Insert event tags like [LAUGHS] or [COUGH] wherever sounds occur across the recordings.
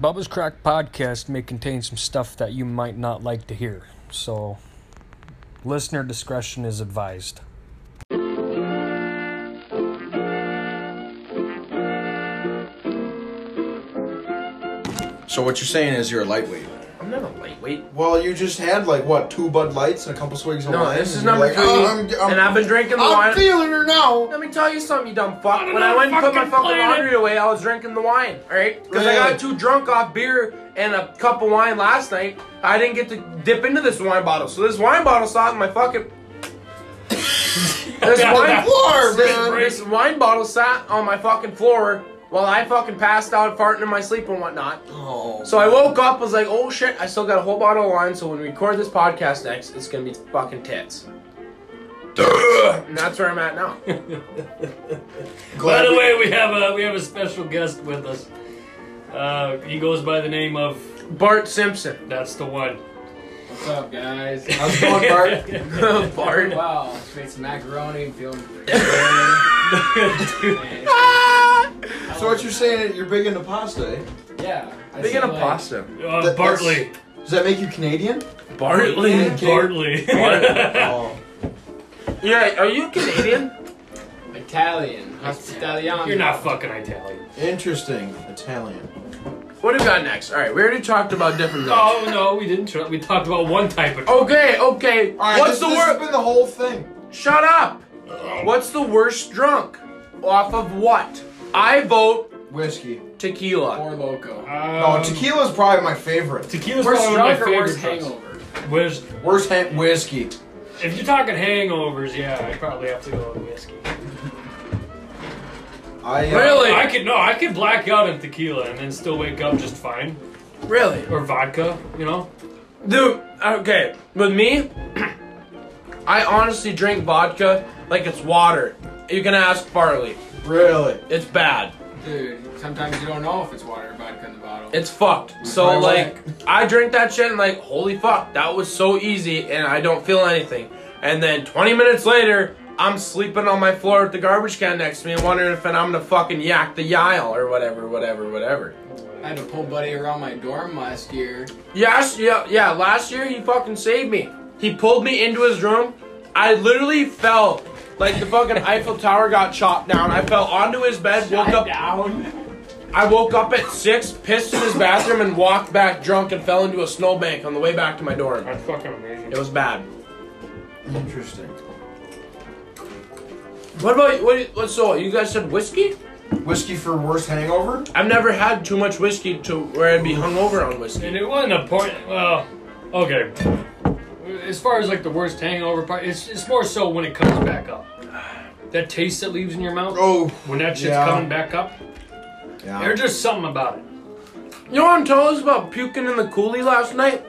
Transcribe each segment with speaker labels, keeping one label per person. Speaker 1: Bubba's Crack podcast may contain some stuff that you might not like to hear, so listener discretion is advised.
Speaker 2: So what you're saying is you're a lightweight.
Speaker 3: I'm not a lightweight.
Speaker 2: Well, you just had like what two Bud Lights and a couple swigs of
Speaker 3: No,
Speaker 2: wine.
Speaker 3: this is
Speaker 2: and you're
Speaker 3: number
Speaker 2: like,
Speaker 3: three,
Speaker 2: "Oh, I'm- I'm-
Speaker 3: and I've been drinking the
Speaker 2: I'm
Speaker 3: wine.
Speaker 2: feeling her now.
Speaker 3: Let me tell you something, you dumb fuck. When I went and put my fucking laundry away, I was drinking the wine, alright? Because I
Speaker 2: Really?
Speaker 3: got too drunk off beer and a cup of wine last night. I didn't get to dip into this wine bottle. So this wine bottle saw it in my fucking. this, wine,
Speaker 2: Floor, man.
Speaker 3: this wine bottle sat on my fucking floor while I fucking passed out, farting in my sleep and whatnot.
Speaker 2: Oh,
Speaker 3: So I woke up, was like, oh shit, I still got a whole bottle of wine. So when we record this podcast next, it's gonna be fucking tits. and that's where I'm at now.
Speaker 4: By
Speaker 2: glad
Speaker 4: the
Speaker 2: we-
Speaker 4: way, we have a we have a special guest with us. Uh, he goes by the name of
Speaker 3: Bart Simpson.
Speaker 4: that's the one.
Speaker 5: What's up, guys?
Speaker 2: How's it going, Bart?
Speaker 3: [LAUGHS] Bart.
Speaker 5: wow, just made some macaroni and feeling pretty
Speaker 4: Dude,
Speaker 5: good.
Speaker 2: so what you're saying? is You're big into pasta. Eh?
Speaker 5: Yeah. I
Speaker 3: Big
Speaker 5: see,
Speaker 3: in a
Speaker 5: like,
Speaker 3: pasta.
Speaker 4: uh,
Speaker 2: That-
Speaker 4: Bartley.
Speaker 2: Does that make you Canadian?
Speaker 4: Bartley.
Speaker 2: Bartley.
Speaker 4: Bartley.
Speaker 2: [LAUGHS] Oh,
Speaker 3: Yeah, are you Canadian?
Speaker 5: Italian. Hospitaliano.
Speaker 4: You're not fucking Italian.
Speaker 2: interesting. Italian.
Speaker 3: what do we got next? All right, we already talked about different. Jobs.
Speaker 4: Oh no, we didn't. Try, we talked about one type
Speaker 5: Oh.
Speaker 4: of. Uh,
Speaker 3: Okay, okay.
Speaker 2: All right,
Speaker 3: What's
Speaker 2: this,
Speaker 3: the
Speaker 2: this
Speaker 3: worst?
Speaker 2: Has been the whole thing.
Speaker 3: Shut up. What's the worst drunk? Off of what? I vote
Speaker 2: Whiskey.
Speaker 3: tequila.
Speaker 5: Or loco.
Speaker 2: Oh,
Speaker 4: Um,
Speaker 2: tequila's probably my favorite.
Speaker 4: Tequila's
Speaker 5: Worst
Speaker 4: probably one of
Speaker 5: drunk
Speaker 4: my
Speaker 5: or worst
Speaker 4: favorite drugs.
Speaker 5: hangover?
Speaker 4: Where's
Speaker 2: Worst hand whiskey.
Speaker 4: if you're talking hangovers? Yeah, I probably have to go with whiskey.
Speaker 2: I uh,
Speaker 3: Really?
Speaker 4: I could no, I could black out in tequila and then still wake up just fine.
Speaker 3: Really?
Speaker 4: Or vodka, you know.
Speaker 3: Dude, okay. With me, [CLEARS THROAT] I honestly drink vodka like it's water. You can ask Barley.
Speaker 2: Really.
Speaker 3: It's bad.
Speaker 5: Dude, sometimes you don't know if it's water or vodka in the bottle.
Speaker 3: It's fucked. So
Speaker 2: Right,
Speaker 3: like, I drink that shit and like, holy fuck, that was so easy, and I don't feel anything. And then 20 minutes later, I'm sleeping on my floor with the garbage can next to me, and wondering if I'm gonna fucking yak the yile or whatever, whatever, whatever.
Speaker 5: I had to pull buddy around my dorm last year.
Speaker 3: Yes, yeah, yeah. Last year he fucking saved me. He pulled me into his room. I literally fell like the fucking Eiffel Tower got chopped down. I fell onto his bed, woke up.
Speaker 4: down.
Speaker 3: I woke up at six, pissed in his bathroom, and walked back drunk and fell into a snowbank on the way back to my dorm.
Speaker 4: That's fucking amazing.
Speaker 3: It was bad.
Speaker 2: Interesting.
Speaker 3: What about you- what? do you- What? So you guys said whiskey?
Speaker 2: Whiskey for worst hangover?
Speaker 3: I've never had too much whiskey to where I'd be hungover on whiskey.
Speaker 4: And it wasn't a point. Well, okay. As far as like the worst hangover part, it's, it's more so when it comes back up. That taste that leaves in your mouth
Speaker 2: Oh.
Speaker 4: when that shit's
Speaker 2: yeah.
Speaker 4: coming back up.
Speaker 2: Yeah.
Speaker 4: There's just something about it.
Speaker 3: You know what I'm telling us about puking in the coolie last night?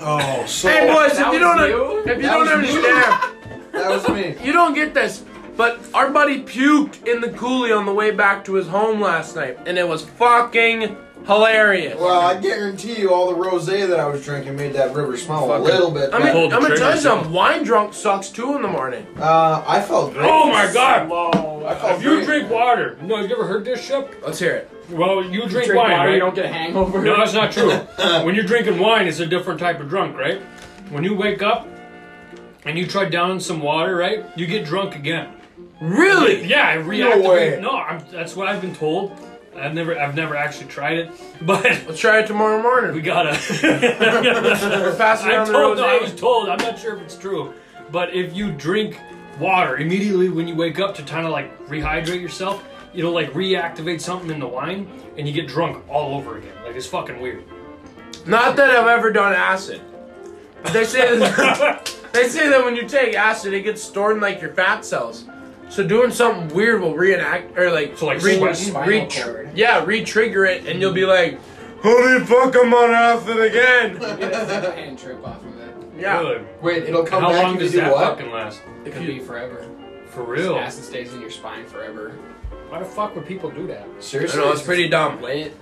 Speaker 2: Oh, so
Speaker 3: Hey boys, if
Speaker 5: that
Speaker 3: you
Speaker 5: was
Speaker 3: don't,
Speaker 5: you?
Speaker 3: if
Speaker 2: That
Speaker 3: you don't
Speaker 2: was you?
Speaker 3: understand.
Speaker 2: that was me.
Speaker 3: You don't get this, but our buddy puked in the coolie on the way back to his home last night, and it was fucking hilarious.
Speaker 2: Well, I guarantee you, all the rosé that I was drinking made that river smell
Speaker 3: Fuck
Speaker 2: a
Speaker 3: it.
Speaker 2: little bit.
Speaker 3: I
Speaker 2: bad.
Speaker 3: mean,
Speaker 4: Pulled the
Speaker 3: I'm gonna
Speaker 4: trigger,
Speaker 3: tell you
Speaker 4: so-
Speaker 3: something. Wine drunk sucks too in the morning.
Speaker 2: uh, I felt great.
Speaker 4: Oh my god!
Speaker 2: I felt
Speaker 4: If you
Speaker 2: great.
Speaker 4: drink water, no, you ever heard this shit?
Speaker 3: Let's hear it.
Speaker 4: Well, you drink,
Speaker 5: Drink
Speaker 4: wine,
Speaker 5: water,
Speaker 4: right?
Speaker 5: you don't get a hangover.
Speaker 4: No, that's not
Speaker 5: [LAUGHS]
Speaker 4: true. when you're drinking wine, it's a different type of drunk, right? When you wake up and you try down some water, right? You get drunk again.
Speaker 3: Really?
Speaker 4: Yeah, it reactivates.
Speaker 2: way.
Speaker 4: No, I'm, that's what I've been told. I've never, I've never actually tried it, [LAUGHS] but
Speaker 3: Let's try it tomorrow
Speaker 4: we
Speaker 3: morning.
Speaker 4: gotta. [LAUGHS]
Speaker 3: We're passing
Speaker 4: I
Speaker 3: on the
Speaker 4: told, no, I was
Speaker 3: road.
Speaker 4: told. I'm not sure if it's true, but if you drink water immediately when you wake up to kind of like rehydrate yourself, it'll like reactivate something in the wine, and you get drunk all over again. Like it's fucking weird.
Speaker 3: Not that I've ever done acid. But They say
Speaker 4: [LAUGHS]
Speaker 3: that, they say that when you take acid, it gets stored in like your fat cells. So doing something weird will reenact or like
Speaker 4: So, like,
Speaker 3: re-
Speaker 4: sweat
Speaker 5: spinal
Speaker 3: re-
Speaker 5: cord.
Speaker 3: yeah re-trigger it, and you'll be like, "Holy fuck, I'm on acid again."
Speaker 5: Get a hand trip off of it.
Speaker 3: Yeah.
Speaker 4: Really.
Speaker 2: Wait, it'll come
Speaker 4: How
Speaker 2: back
Speaker 4: long
Speaker 2: if
Speaker 4: does
Speaker 2: you do
Speaker 4: that
Speaker 2: what?
Speaker 4: fucking last?
Speaker 5: It could
Speaker 3: you-
Speaker 5: be forever.
Speaker 4: For real?
Speaker 5: Acid stays in your spine forever.
Speaker 4: Why the fuck would people do that?
Speaker 2: [LAUGHS]
Speaker 3: I
Speaker 2: Seriously,
Speaker 3: know it's pretty dumb.
Speaker 5: Lit.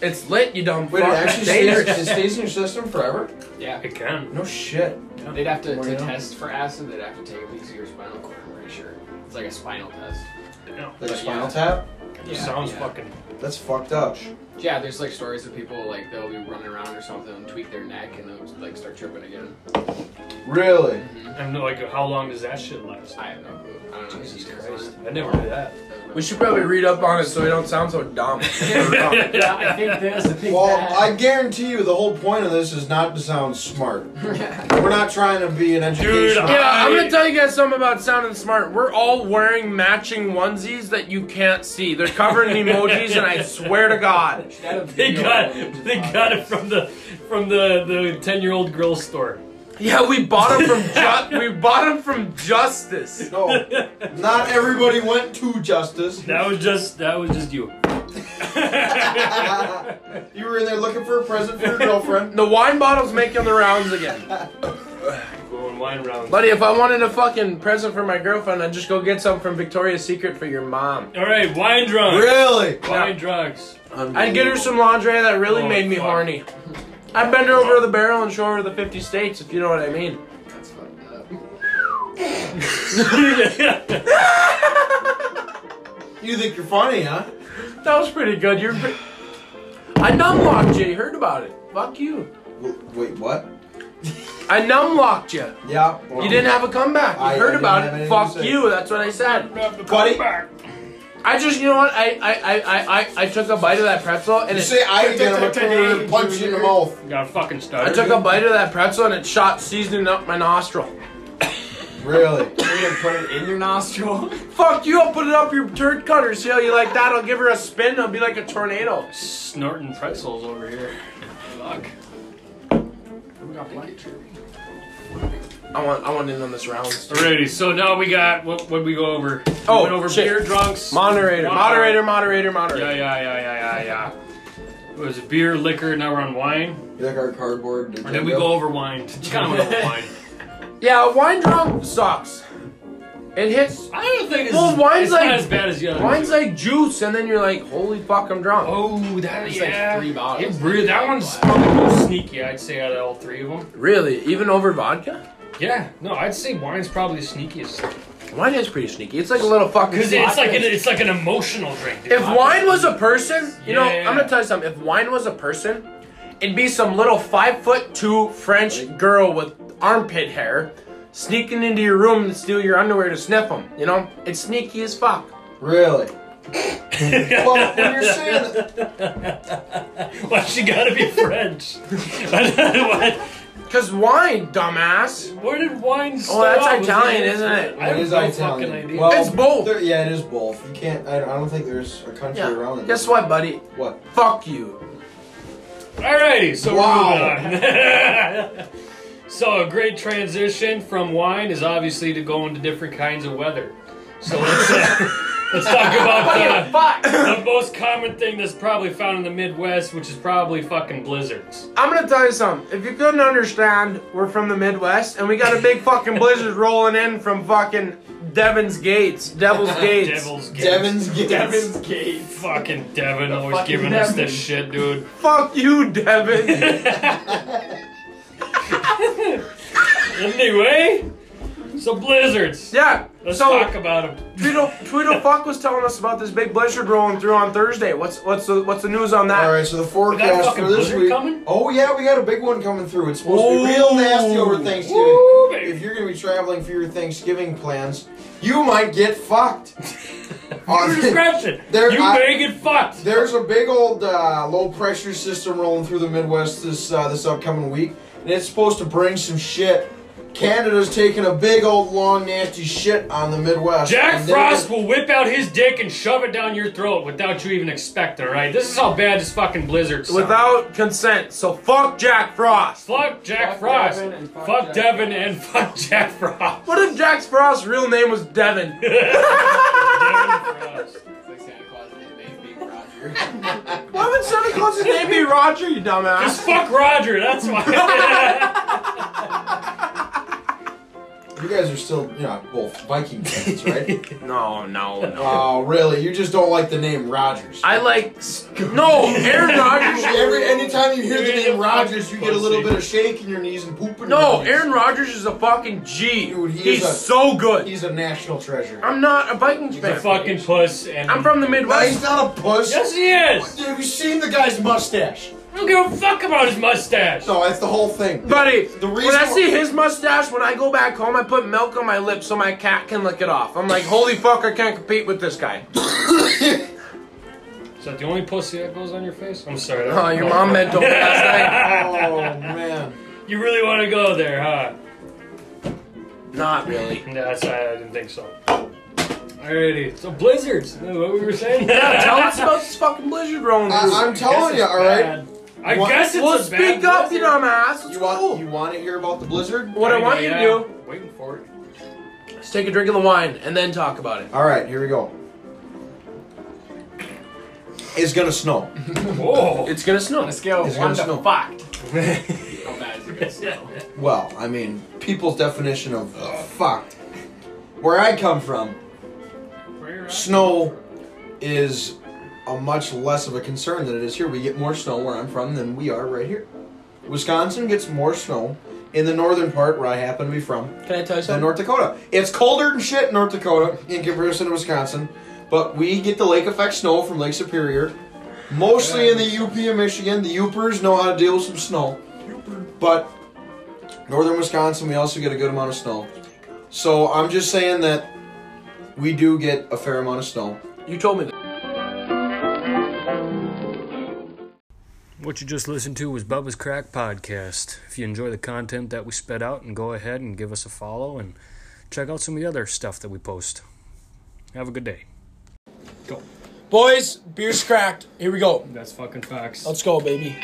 Speaker 3: It's lit, you dumb
Speaker 2: Wait, it
Speaker 3: fuck.
Speaker 2: actually stays,
Speaker 3: Dangerous.
Speaker 2: it stays in your system forever?
Speaker 5: Yeah.
Speaker 4: It can.
Speaker 2: No shit.
Speaker 5: They'd have to,
Speaker 3: Well,
Speaker 5: to
Speaker 3: yeah.
Speaker 5: test for acid. They'd have to take a piece of your spinal cord. I'm pretty sure it's like a spinal test.
Speaker 4: No.
Speaker 2: Like
Speaker 5: But
Speaker 2: a spinal
Speaker 5: yeah.
Speaker 2: tap?
Speaker 4: It sounds fucking.
Speaker 2: That's fucked up.
Speaker 5: Yeah, there's like stories of people like they'll be running around or something and tweak their neck and they'll like start tripping again.
Speaker 2: Really?
Speaker 4: And like, how long does that shit last?
Speaker 5: I have no clue. I don't know. the
Speaker 4: Jesus
Speaker 5: details on
Speaker 4: Christ,
Speaker 5: it.
Speaker 4: I never knew that.
Speaker 3: We should probably read up on it so we don't sound so
Speaker 2: [LAUGHS]
Speaker 3: dumb.
Speaker 6: Yeah, I think this. I think
Speaker 2: Well,
Speaker 6: that.
Speaker 2: I guarantee you the whole point of this is not to sound smart. We're not trying to be an educational.
Speaker 3: Yeah, I'm gonna tell you guys something about sounding smart. We're all wearing matching onesies that you can't see. They're covered in emojis,
Speaker 2: [LAUGHS]
Speaker 3: and I swear to God.
Speaker 4: [LAUGHS] They got
Speaker 3: [LAUGHS]
Speaker 4: they got it from the from the the ten year old girl store.
Speaker 3: Yeah, we bought them from ju- we bought 'em from Justice.
Speaker 2: No, not everybody went to justice.
Speaker 4: [LAUGHS]
Speaker 2: [LAUGHS]
Speaker 4: That was just that was just you.
Speaker 2: You were in there looking for a present for your girlfriend.
Speaker 3: The wine bottle's making the rounds again.
Speaker 4: Going wine round.
Speaker 3: Buddy, if I wanted a fucking present for my girlfriend, I'd just go get some from Victoria's Secret for your mom.
Speaker 4: All right, wine drunk.
Speaker 2: Really?
Speaker 4: Wine drugs.
Speaker 3: I'd get her some lingerie that really
Speaker 4: Oh,
Speaker 3: made me
Speaker 4: fuck.
Speaker 3: horny. I'd bend her over the barrel and show her the 50 states, if you know what I mean.
Speaker 5: That's fucked up.
Speaker 2: You think you're funny, huh?
Speaker 3: That was pretty good. You're. Pre- I numlocked you. You heard about it. Fuck you.
Speaker 2: W- Wait, what?
Speaker 3: I numlocked you.
Speaker 2: Yeah.
Speaker 3: You didn't have a comeback. You
Speaker 2: I- I
Speaker 3: heard
Speaker 2: didn't
Speaker 3: about
Speaker 2: have
Speaker 3: it.
Speaker 2: anything
Speaker 3: Fuck
Speaker 2: to say.
Speaker 3: you. That's what I said.
Speaker 2: Buddy,
Speaker 3: I just, you know what? I, I, I, I, I, I took a bite of that pretzel and
Speaker 2: you
Speaker 3: it.
Speaker 2: say I again, I'm gonna turn around and punch you in the mouth.
Speaker 4: Got a fucking
Speaker 3: [LAUGHS] I
Speaker 4: stutter.
Speaker 3: took a bite of that pretzel and it shot seasoning up my nostril.
Speaker 4: [LAUGHS]
Speaker 2: Really?
Speaker 5: You're gonna put it in your nostril.
Speaker 3: Fuck you! I'll put it up your turd cutter. See how you like that? I'll give her a spin. It'll be like a tornado.
Speaker 4: Snorting pretzels over here. Fuck.
Speaker 3: I want, I want in on this round.
Speaker 4: Alrighty, so now we got what what we go over? We
Speaker 3: Oh,
Speaker 4: went over
Speaker 3: shit.
Speaker 4: beer drunks.
Speaker 3: Moderator,
Speaker 4: Wow.
Speaker 3: moderator, moderator,
Speaker 4: Yeah,
Speaker 3: moderator.
Speaker 4: yeah, yeah, yeah, yeah, yeah. It was beer, liquor. Now we're on wine.
Speaker 2: You like our cardboard?
Speaker 4: Or did we go over wine? [LAUGHS] Kind of went over wine.
Speaker 3: Yeah, wine drunk sucks. It hits.
Speaker 4: I don't think it's,
Speaker 3: Well, wine's
Speaker 4: it's
Speaker 3: like-
Speaker 4: not as bad as the other.
Speaker 3: Wine's like juice, and then you're like, holy fuck, I'm drunk.
Speaker 4: oh, that is
Speaker 5: like three bottles.
Speaker 4: It really, that one's probably most sneaky. I'd say out of all three of them.
Speaker 3: Really? Even over vodka?
Speaker 4: Yeah, no, I'd say wine's probably the sneakiest
Speaker 3: Wine is pretty sneaky. It's like a little fucking.
Speaker 4: because it's like
Speaker 3: vodka.
Speaker 4: an, it's like an emotional drink. dude.
Speaker 3: if wine was a person, you know,
Speaker 4: Yeah, yeah,
Speaker 3: I'm gonna
Speaker 4: yeah.
Speaker 3: tell you something. If wine was a person, it'd be some little five foot two French girl with armpit hair sneaking into your room to steal your underwear to sniff them. You know, it's sneaky as fuck.
Speaker 4: [LAUGHS]
Speaker 2: Really? well, when you're saying that,
Speaker 4: why she gotta be French? [LAUGHS] Why-
Speaker 3: Cause wine, dumbass.
Speaker 4: Where did wine start?
Speaker 3: Oh, that's
Speaker 4: Was
Speaker 3: Italian, isn't it?
Speaker 4: [LAUGHS] I have
Speaker 2: it is
Speaker 4: no
Speaker 2: Italian.
Speaker 4: fucking idea.
Speaker 2: Well,
Speaker 3: It's both.
Speaker 2: there- yeah, it is both. You can't. I, I don't think there's a country around
Speaker 3: Yeah.
Speaker 2: it.
Speaker 3: Guess what, buddy?
Speaker 2: What?
Speaker 3: Fuck you.
Speaker 4: Alrighty, so
Speaker 2: Wow.
Speaker 4: we're moving on. [LAUGHS] so a great transition from wine is obviously to go into different kinds of weather. So let's uh, let's talk about the,
Speaker 3: [LAUGHS] Fuck.
Speaker 4: the most common thing that's probably found in the Midwest, which is probably fucking blizzards.
Speaker 3: I'm gonna tell you something. If you couldn't understand, we're from the Midwest, and we got a
Speaker 4: [LAUGHS]
Speaker 3: big fucking blizzard rolling in from fucking Devon's Gates, Devil's
Speaker 4: [LAUGHS]
Speaker 3: Gates.
Speaker 4: Devil's Gates.
Speaker 2: Devin's Gates.
Speaker 5: Devin's Gates.
Speaker 4: Fucking Devin always
Speaker 5: fucking
Speaker 4: giving us
Speaker 5: Devin.
Speaker 4: this shit, dude.
Speaker 3: Fuck you,
Speaker 4: [LAUGHS]
Speaker 3: Devin.
Speaker 4: Anyway, so blizzards.
Speaker 3: yeah.
Speaker 4: Let's
Speaker 3: so
Speaker 4: talk about them.
Speaker 3: Tweedle Tweedle fuck was telling us about this big blizzard rolling through on Thursday. What's what's the what's the news on that?
Speaker 2: All right, so the
Speaker 4: got a
Speaker 2: forecast
Speaker 4: fucking
Speaker 2: for this
Speaker 4: blizzard
Speaker 2: week.
Speaker 4: coming?
Speaker 2: Oh yeah, we got a big one coming through. It's supposed to be real nasty over Thanksgiving.
Speaker 4: Woo, baby.
Speaker 2: if you're gonna be traveling for your Thanksgiving plans, you might get fucked. On-
Speaker 4: Your discretion.
Speaker 2: There-
Speaker 4: you
Speaker 2: I-
Speaker 4: may get fucked.
Speaker 2: There's a big old uh, low pressure system rolling through the Midwest this uh, this upcoming week, and it's supposed to bring some shit. Canada's taking a big old long nasty shit on the Midwest.
Speaker 4: Jack
Speaker 2: and they're-
Speaker 4: Frost will whip out his dick and shove it down your throat without you even expecting, alright? This is how bad this fucking blizzard sounds.
Speaker 3: Without consent. So fuck Jack Frost.
Speaker 4: Fuck Jack
Speaker 5: Fuck
Speaker 4: Frost.
Speaker 5: Devin and
Speaker 4: fuck
Speaker 5: fuck Jack
Speaker 4: Devin and fuck [LAUGHS] Jack Frost.
Speaker 3: What if Jack Frost's real name was [LAUGHS] Devin?
Speaker 4: Devin Frost.
Speaker 5: [LAUGHS] It's like Santa Claus and his name being Roger.
Speaker 3: Why would Santa Claus's name be Roger, you
Speaker 4: [LAUGHS] Just
Speaker 3: dumbass?
Speaker 4: fuck Roger,
Speaker 7: [LAUGHS]
Speaker 4: that's why.
Speaker 2: You guys are still, you know, both Viking fans, right? [LAUGHS]
Speaker 3: [LAUGHS] No, no, no.
Speaker 2: oh, really? You just don't like the name Rogers.
Speaker 3: I like s- no Aaron Rodgers.
Speaker 2: [LAUGHS] Every anytime time you hear the name
Speaker 4: Fucking
Speaker 2: Rodgers, you get a little
Speaker 4: pussy.
Speaker 2: bit of shake in your knees and poop in
Speaker 7: No,
Speaker 2: your
Speaker 7: Aaron Rodgers is a fucking G.
Speaker 2: Dude, he
Speaker 7: he's
Speaker 2: is a-
Speaker 7: so good.
Speaker 2: He's a national treasure.
Speaker 7: I'm not a Vikings
Speaker 4: The
Speaker 7: fan.
Speaker 4: fucking puss. And
Speaker 7: I'm from the
Speaker 2: No, he's
Speaker 7: Midwest.
Speaker 2: not a puss.
Speaker 4: Yes, he is.
Speaker 2: Have you seen the guy's mustache?
Speaker 4: I don't give a fuck about his mustache.
Speaker 2: No, it's the whole thing.
Speaker 7: Buddy,
Speaker 2: The
Speaker 7: when
Speaker 2: reason
Speaker 7: I
Speaker 2: why-
Speaker 7: see his mustache, when I go back home, I put milk on my lips so my cat can lick it off. I'm like, holy fuck, I can't compete with this guy.
Speaker 4: Is that the only pussy that goes on your face? I'm sorry.
Speaker 7: Oh, your mom meant
Speaker 4: [LAUGHS]
Speaker 7: to last
Speaker 2: [LAUGHS] Oh man.
Speaker 4: You really want to go there, huh?
Speaker 7: night. Not really.
Speaker 4: No, That's I didn't think so. Alrighty. So blizzards. Is that what we were [LAUGHS] saying?
Speaker 7: Tell us about this fucking blizzard rolling through.
Speaker 2: I, I'm telling you, all right.
Speaker 4: I
Speaker 2: You want-
Speaker 4: guess it's
Speaker 7: well,
Speaker 4: a
Speaker 7: speak
Speaker 4: bad
Speaker 7: up,
Speaker 4: blizzard.
Speaker 7: you dumbass. It's
Speaker 2: You
Speaker 7: cool.
Speaker 2: want you want to hear about the blizzard?
Speaker 7: what I want you to
Speaker 4: Yeah,
Speaker 7: do
Speaker 4: [LAUGHS] Waiting for it.
Speaker 7: is take a drink of the wine and then talk about it.
Speaker 2: All right, here we go. It's gonna snow.
Speaker 4: Whoa.
Speaker 7: It's gonna snow.
Speaker 5: On a scale
Speaker 2: It's
Speaker 5: of
Speaker 2: gonna
Speaker 5: one
Speaker 2: snow.
Speaker 5: to fucked. How bad is it?
Speaker 2: Well, I mean, people's definition of fucked. Where I come from, snow is a much less of a concern than it is here. We get more snow where I'm from than we are right here. Wisconsin gets more snow in the northern part where I happen to be from
Speaker 7: Can I tell you
Speaker 2: than
Speaker 7: something?
Speaker 2: North Dakota. It's colder than shit in North Dakota in comparison to Wisconsin, but we get the lake effect snow from Lake Superior. Mostly in the UP of Michigan, the Upers know how to deal with some snow. But northern Wisconsin, we also get a good amount of snow. So I'm just saying that we do get a fair amount of snow.
Speaker 7: you told me that.
Speaker 1: What you just listened to was Bubba's Crack Podcast. If you enjoy the content that we sped out, and go ahead and give us a follow and check out some of the other stuff that we post. Have a good day.
Speaker 7: Boys, beer's cracked. Here we go.
Speaker 4: That's fucking facts.
Speaker 7: Let's go, baby.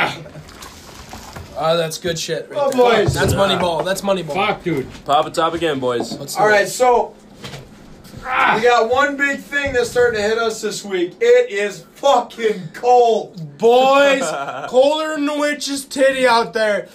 Speaker 7: Ah. Ah, that's good shit. Right
Speaker 2: Oh,
Speaker 7: there.
Speaker 2: boys.
Speaker 7: That's Moneyball. That's Moneyball.
Speaker 4: Ah. Fuck, dude.
Speaker 8: Pop it top again, boys.
Speaker 7: Let's do
Speaker 2: All
Speaker 7: it.
Speaker 2: right, so we got one big thing that's starting to hit us this week. It is fucking cold.
Speaker 3: boys, colder than the witch's titty out there.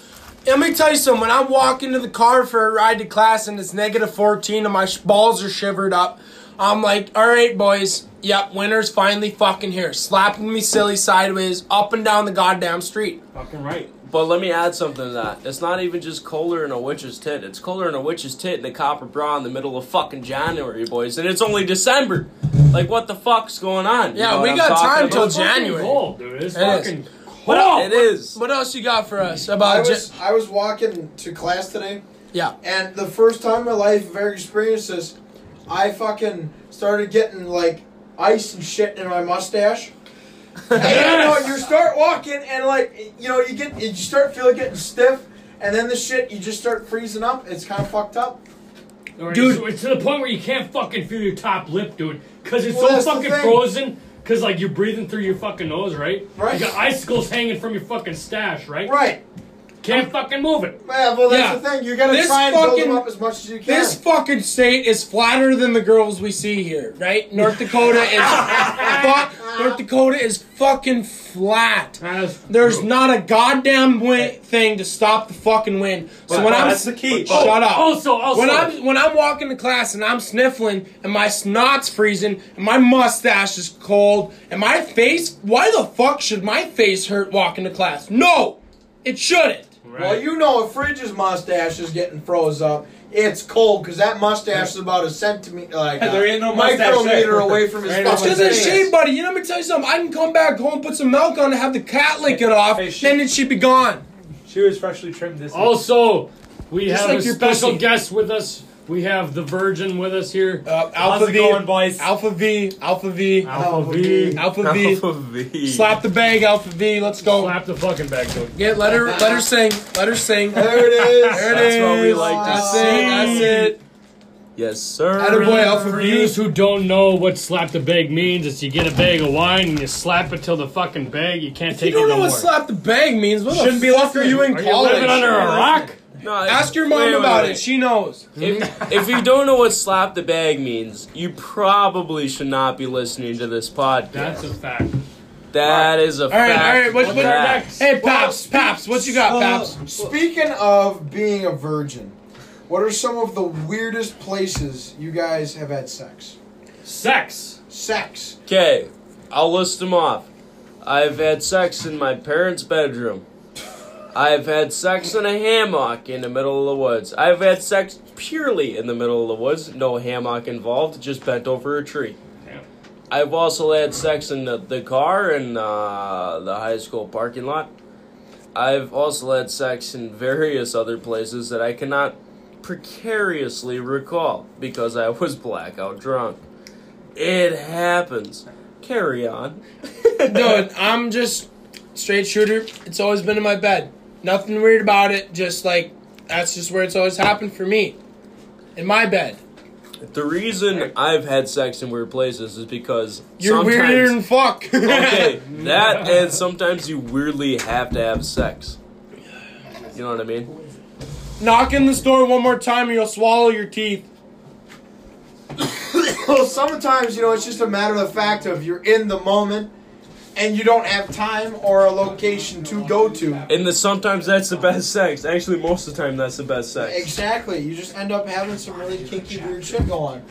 Speaker 3: Let me tell you something. When I walk into the car for a ride to class and it's negative 14 and my sh- balls are shivered up, I'm like, all right, boys. Yep, winter's finally fucking here. Slapping me silly sideways up and down the goddamn street.
Speaker 4: Fucking right.
Speaker 8: But let me add something to that. It's not even just colder than a witch's tit. It's colder than a witch's tit in a copper bra in the middle of fucking January, boys. And it's only December. Like, what the fuck's going on? You
Speaker 3: Yeah,
Speaker 8: know
Speaker 3: we
Speaker 8: what I'm
Speaker 3: got
Speaker 8: talking
Speaker 3: time
Speaker 8: about?
Speaker 3: till
Speaker 4: It's fucking
Speaker 3: January.
Speaker 4: Cold, dude. It's
Speaker 3: It is.
Speaker 4: fucking
Speaker 8: But
Speaker 3: Whoa!
Speaker 8: it is.
Speaker 3: What else you got for us
Speaker 2: I
Speaker 3: about?
Speaker 2: was
Speaker 3: Ja-
Speaker 2: I was walking to class today,
Speaker 3: yeah.
Speaker 2: and the first time in my life I've ever experienced this, I fucking started getting like ice and shit in my
Speaker 3: [LAUGHS]
Speaker 2: mustache. And, you know, you start walking and like you know you get you start feeling getting stiff, and then the shit you just start freezing up. It's kind of fucked up.
Speaker 4: Dude, it's, it's to the point where you can't fucking feel your top lip, dude, because it's
Speaker 2: Well, that's
Speaker 4: so
Speaker 2: the
Speaker 4: fucking
Speaker 2: thing.
Speaker 4: frozen. Because like you're breathing through your fucking nose, right?
Speaker 2: Right.
Speaker 4: You got icicles hanging from your fucking stash, right?
Speaker 2: Right.
Speaker 4: Can't fucking move it.
Speaker 2: Yeah, well, that's
Speaker 3: Yeah.
Speaker 2: the thing. You gotta
Speaker 3: This
Speaker 2: try and build
Speaker 3: fucking-
Speaker 2: them up as much as you can.
Speaker 3: This fucking state is flatter than the girls we see here, right? North Dakota
Speaker 8: [LAUGHS]
Speaker 3: is fuck, North Dakota is fucking flat.
Speaker 4: That's
Speaker 3: There's
Speaker 4: true.
Speaker 3: not a goddamn win- thing to stop the fucking wind. So when I'm
Speaker 8: that's the key.
Speaker 3: shut up.
Speaker 4: Also, also,
Speaker 3: when I'm when I'm walking to class and I'm sniffling and my snot's freezing and my mustache is cold and my face, why the fuck should my face hurt walking to class? No, it shouldn't.
Speaker 2: Well, you know, if Fridge's mustache is getting froze up, it's cold because that mustache is about a centimeter, like
Speaker 8: There ain't
Speaker 2: a
Speaker 8: no mustache
Speaker 2: micrometer
Speaker 8: there.
Speaker 2: away
Speaker 8: [LAUGHS]
Speaker 2: from his
Speaker 8: There ain't no
Speaker 2: fucking
Speaker 3: Because it's
Speaker 2: face.
Speaker 3: shave, buddy. You know, let me tell you something. I can come back home, put some milk on, and have the cat lick it off,
Speaker 8: Hey, she-
Speaker 3: then it should be gone.
Speaker 8: She was freshly trimmed this
Speaker 4: also, we
Speaker 3: Just
Speaker 4: have
Speaker 3: like
Speaker 4: a
Speaker 3: your
Speaker 4: special
Speaker 3: pussy.
Speaker 4: guest with us. We have the Virgin with us here.
Speaker 3: Uh, Alpha
Speaker 8: How's it
Speaker 3: V,
Speaker 8: going, boys?
Speaker 3: Alpha V, Alpha V,
Speaker 4: Alpha V.
Speaker 3: Alpha [LAUGHS] V. Slap the bag, Alpha V. Let's go.
Speaker 4: Slap the fucking bag, dude.
Speaker 3: Get let her, let her sing, let her sing. There
Speaker 2: There it is.
Speaker 3: it
Speaker 8: That's what we
Speaker 3: is.
Speaker 8: like to
Speaker 3: That's
Speaker 8: see.
Speaker 3: it. That's it.
Speaker 8: Yes, sir.
Speaker 3: Attaboy, Alpha
Speaker 4: For
Speaker 3: V.
Speaker 4: yous who don't know what slap the bag means, it's you get a bag of wine and you slap it till the fucking bag you can't
Speaker 3: You
Speaker 4: take it
Speaker 3: don't
Speaker 4: no
Speaker 3: know what
Speaker 4: more.
Speaker 3: slap the bag means. What
Speaker 8: Shouldn't
Speaker 3: the
Speaker 8: be
Speaker 3: fuck are you in
Speaker 4: Are you
Speaker 3: college?
Speaker 4: living under a rock?
Speaker 8: No, I-
Speaker 3: Ask your mom
Speaker 8: wait, wait,
Speaker 3: about
Speaker 8: wait.
Speaker 3: it. She knows.
Speaker 8: If, if you don't know what slap the bag means, you probably should not be listening to this podcast.
Speaker 4: That's a fact.
Speaker 8: That is a
Speaker 3: All right,
Speaker 8: fact.
Speaker 3: all right. What, what,
Speaker 8: Fact.
Speaker 3: hey, Paps, Paps, what you got,
Speaker 2: Uh,
Speaker 3: Paps?
Speaker 2: speaking of being a virgin, what are some of the weirdest places you guys have had sex?
Speaker 4: Sex.
Speaker 2: sex.
Speaker 8: Okay, I'll list them off. I've had sex in my parents' bedroom. I've had sex in a hammock in the middle of the woods. I've had sex purely in the middle of the woods, no hammock involved, just bent over a tree. I've also had sex in the, the car in uh, the high school parking lot. I've also had sex in various other places that I cannot precariously recall because I was blackout drunk. It happens. Carry on.
Speaker 3: Dude, I'm just straight shooter. It's always been in my bed. Nothing weird about it. Just like that's just where it's always happened for me. In my bed.
Speaker 8: The reason I've had sex in weird places is because
Speaker 3: You're
Speaker 8: sometimes,
Speaker 3: weirder
Speaker 9: [LAUGHS]
Speaker 3: than fuck.
Speaker 8: okay, that and sometimes you weirdly have to have sex. You know what I mean?
Speaker 3: [LAUGHS] Knock in this door one more time or you'll swallow your teeth.
Speaker 2: Well, sometimes you know it's just a matter of the fact of you're in the moment, and you don't have time or a location to go to.
Speaker 8: And the, sometimes that's the best sex. Actually, most of the time that's the best sex.
Speaker 2: Exactly. You just end up having some really kinky weird shit going. on.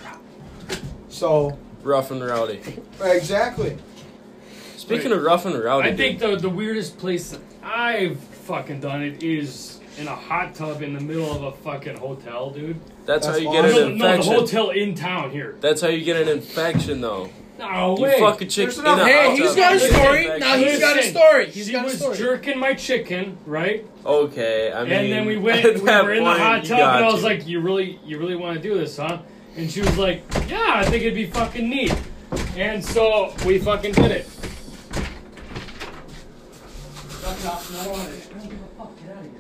Speaker 2: So
Speaker 8: Rough and rowdy.
Speaker 2: exactly.
Speaker 8: Speaking of rough and rowdy,
Speaker 4: I think the the weirdest place that I've fucking done it is in a hot tub in the middle of a fucking hotel, dude.
Speaker 8: dude, that's, how
Speaker 2: that's
Speaker 8: you get
Speaker 4: No,
Speaker 8: an
Speaker 2: awesome.
Speaker 4: no, the
Speaker 8: infection.
Speaker 4: hotel in town here.
Speaker 8: that's how you get an infection, though.
Speaker 4: No
Speaker 8: You
Speaker 4: way.
Speaker 8: fuck a chick
Speaker 2: There's
Speaker 8: in a
Speaker 2: enough-
Speaker 8: hot
Speaker 3: Hey,
Speaker 8: tub,
Speaker 3: he's got a
Speaker 8: you get an
Speaker 3: story.
Speaker 8: infection.
Speaker 3: Now he's got a
Speaker 4: Listen,
Speaker 3: story. He's
Speaker 4: she
Speaker 3: got a
Speaker 4: was
Speaker 3: story.
Speaker 4: jerking my chicken, right?
Speaker 8: Okay, I mean.
Speaker 4: And then we went,
Speaker 8: [LAUGHS] at
Speaker 4: we
Speaker 8: that
Speaker 4: were in the
Speaker 8: point,
Speaker 4: hot
Speaker 8: you
Speaker 4: tub,
Speaker 8: got
Speaker 4: and I was
Speaker 8: to.
Speaker 4: like, "You really, you really want to do this, huh?" And she was like, "Yeah, I think it'd be fucking neat." And so we fucking did it.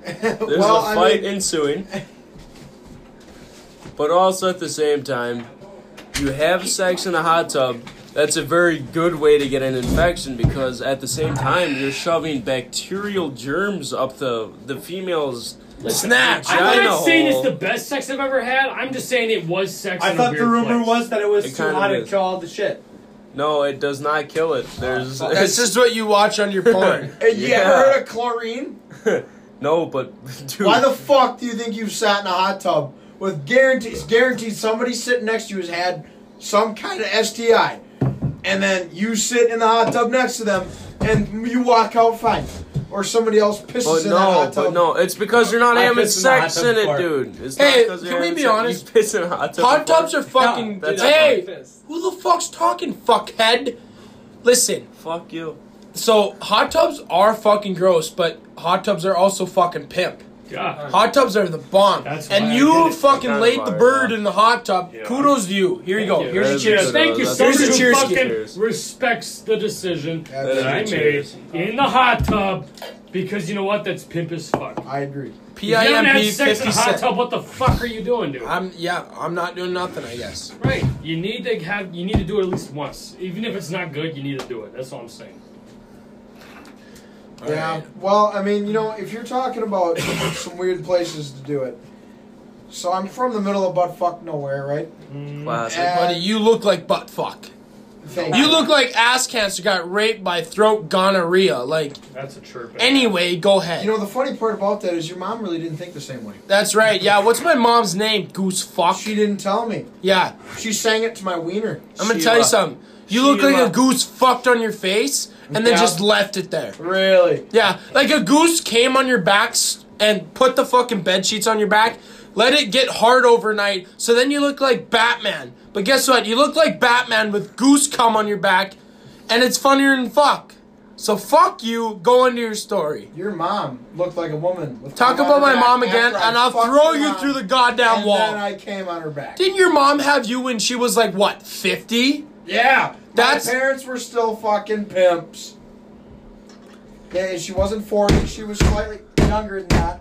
Speaker 8: There's
Speaker 2: Well,
Speaker 8: a
Speaker 2: I
Speaker 8: fight
Speaker 2: mean-
Speaker 3: [LAUGHS]
Speaker 8: ensuing. But also at the same time, you have sex in a hot tub. That's a very good way to get an infection because at the same time you're shoving bacterial germs up the the female's
Speaker 3: Snatch.
Speaker 4: I'm
Speaker 8: vagina
Speaker 4: not saying it's
Speaker 8: hole.
Speaker 4: the best sex I've ever had. I'm just saying it was sex.
Speaker 9: I
Speaker 4: in
Speaker 9: thought
Speaker 4: a
Speaker 9: the
Speaker 4: weird
Speaker 9: rumor
Speaker 4: place.
Speaker 9: was that it was
Speaker 8: It
Speaker 9: too
Speaker 8: kinda
Speaker 9: hot to
Speaker 8: is.
Speaker 9: kill all the
Speaker 4: [LAUGHS]
Speaker 9: shit.
Speaker 8: No, it does not kill it.
Speaker 3: [LAUGHS]
Speaker 8: There's
Speaker 3: That's just what you watch on your
Speaker 8: [LAUGHS]
Speaker 3: porn.
Speaker 2: And you
Speaker 8: Yeah.
Speaker 2: ever heard of chlorine?
Speaker 8: no, but [LAUGHS] dude,
Speaker 2: Why the fuck do you think you've sat in a hot tub with guarantees? Guaranteed, somebody sitting next to you has had some kind of STI, and then you sit in the hot tub next to them, and you walk out fine, or somebody else pisses
Speaker 8: but
Speaker 2: in that
Speaker 8: Oh, no,
Speaker 2: hot tub.
Speaker 8: but no, it's because you're not
Speaker 9: I
Speaker 8: having
Speaker 9: piss in the hot
Speaker 8: sex
Speaker 9: tub
Speaker 8: in it,
Speaker 9: before.
Speaker 8: dude. It's
Speaker 3: Hey,
Speaker 8: not 'cause you're
Speaker 3: can we
Speaker 8: having
Speaker 3: be
Speaker 8: sex.
Speaker 3: honest?
Speaker 8: You piss in a hot tub.
Speaker 3: Hot
Speaker 8: before.
Speaker 3: tubs are fucking.
Speaker 8: that's
Speaker 3: hey, who the fuck's talking, fuckhead? Listen,
Speaker 8: Fuck you.
Speaker 3: so hot tubs are fucking gross, but hot tubs are also fucking pimp.
Speaker 4: Yeah.
Speaker 3: Hot tubs are the bomb.
Speaker 4: That's why
Speaker 3: and
Speaker 4: I
Speaker 3: you
Speaker 4: did it.
Speaker 3: fucking
Speaker 8: Kind of
Speaker 3: laid the
Speaker 8: why,
Speaker 3: bird
Speaker 8: yeah.
Speaker 3: in the hot tub.
Speaker 4: Yeah.
Speaker 3: Kudos to you. Here you go.
Speaker 4: you.
Speaker 3: Here's
Speaker 8: That
Speaker 3: your
Speaker 8: is
Speaker 3: cheers.
Speaker 8: good.
Speaker 4: Thank you,
Speaker 8: That's
Speaker 4: sir.
Speaker 3: a
Speaker 4: who
Speaker 3: cheers.
Speaker 4: fucking
Speaker 8: Cheers.
Speaker 4: respects the decision
Speaker 2: That's
Speaker 4: that
Speaker 2: a
Speaker 4: I made
Speaker 8: cheers.
Speaker 4: in the hot tub because you know what? That's pimp as fuck.
Speaker 2: I agree.
Speaker 4: You haven't had
Speaker 3: PIMP
Speaker 4: sex in
Speaker 3: 50
Speaker 4: a hot
Speaker 3: cent.
Speaker 4: tub. What the fuck are you doing, dude?
Speaker 3: I'm yeah. I'm not doing nothing. I guess.
Speaker 4: Right. You need to have. You need to do it at least once, even if it's not good. You need to do it. That's all I'm saying.
Speaker 2: yeah. Well, I mean, you know, if you're talking about [COUGHS] some weird places to do it, so I'm from the middle of butt fuck nowhere, right?
Speaker 8: Classic.
Speaker 2: And-
Speaker 3: Buddy, you look like butt fuck.
Speaker 2: Thank
Speaker 3: You look like ass cancer got raped by throat gonorrhea. Like
Speaker 4: That's a chirp.
Speaker 3: anyway, go ahead.
Speaker 2: You know, the funny part about that is your mom really didn't think the same way.
Speaker 3: That's right. Yeah. What's my mom's name? Goose fuck.
Speaker 2: She didn't tell me.
Speaker 3: Yeah.
Speaker 2: She sang it to my wiener.
Speaker 3: I'm gonna tell you
Speaker 8: Sheila.
Speaker 3: something. You look like
Speaker 8: Sheila.
Speaker 3: a goose fucked on your face and then
Speaker 2: Yeah.
Speaker 3: just left it there.
Speaker 2: Really?
Speaker 3: Yeah, like a goose came on your back s- and put the fucking bed sheets on your back. Let it get hard overnight, so then you look like Batman. But guess what? You look like Batman with goose cum on your back, and it's funnier than fuck. So fuck you. Go into your story.
Speaker 2: Your mom looked like a woman. With
Speaker 3: Talk
Speaker 2: cum on
Speaker 3: about
Speaker 2: her
Speaker 3: my
Speaker 2: back
Speaker 3: mom
Speaker 2: after
Speaker 3: again,
Speaker 2: I
Speaker 3: and I'll
Speaker 2: fucked
Speaker 3: throw
Speaker 2: her
Speaker 3: you
Speaker 2: mom,
Speaker 3: through the goddamn
Speaker 2: and
Speaker 3: wall.
Speaker 2: Then I came on her back.
Speaker 3: Didn't your mom have you when she was like what, fifty?
Speaker 2: yeah,
Speaker 3: That's-
Speaker 2: my parents were still fucking pimps. Yeah, and she wasn't forty; she was slightly younger than that,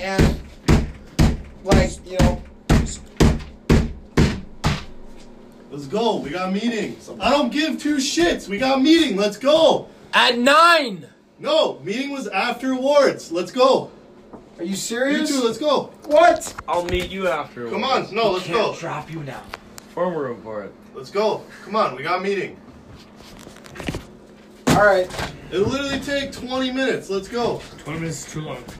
Speaker 2: and like you know,
Speaker 10: Let's go. We got meetings. I don't give two shits. We got meeting. Let's go.
Speaker 3: At nine.
Speaker 10: No, meeting was after awards. Let's go.
Speaker 2: are you
Speaker 10: You
Speaker 2: serious?
Speaker 10: two, let's go.
Speaker 2: what?
Speaker 8: I'll meet you afterwards.
Speaker 10: Come on. No, let's go.
Speaker 9: Drop you now.
Speaker 8: Form room for it.
Speaker 10: Let's go. Come on. We got meeting.
Speaker 2: All right.
Speaker 10: It'll literally take 20 minutes. Let's go.
Speaker 4: Twenty minutes is too long.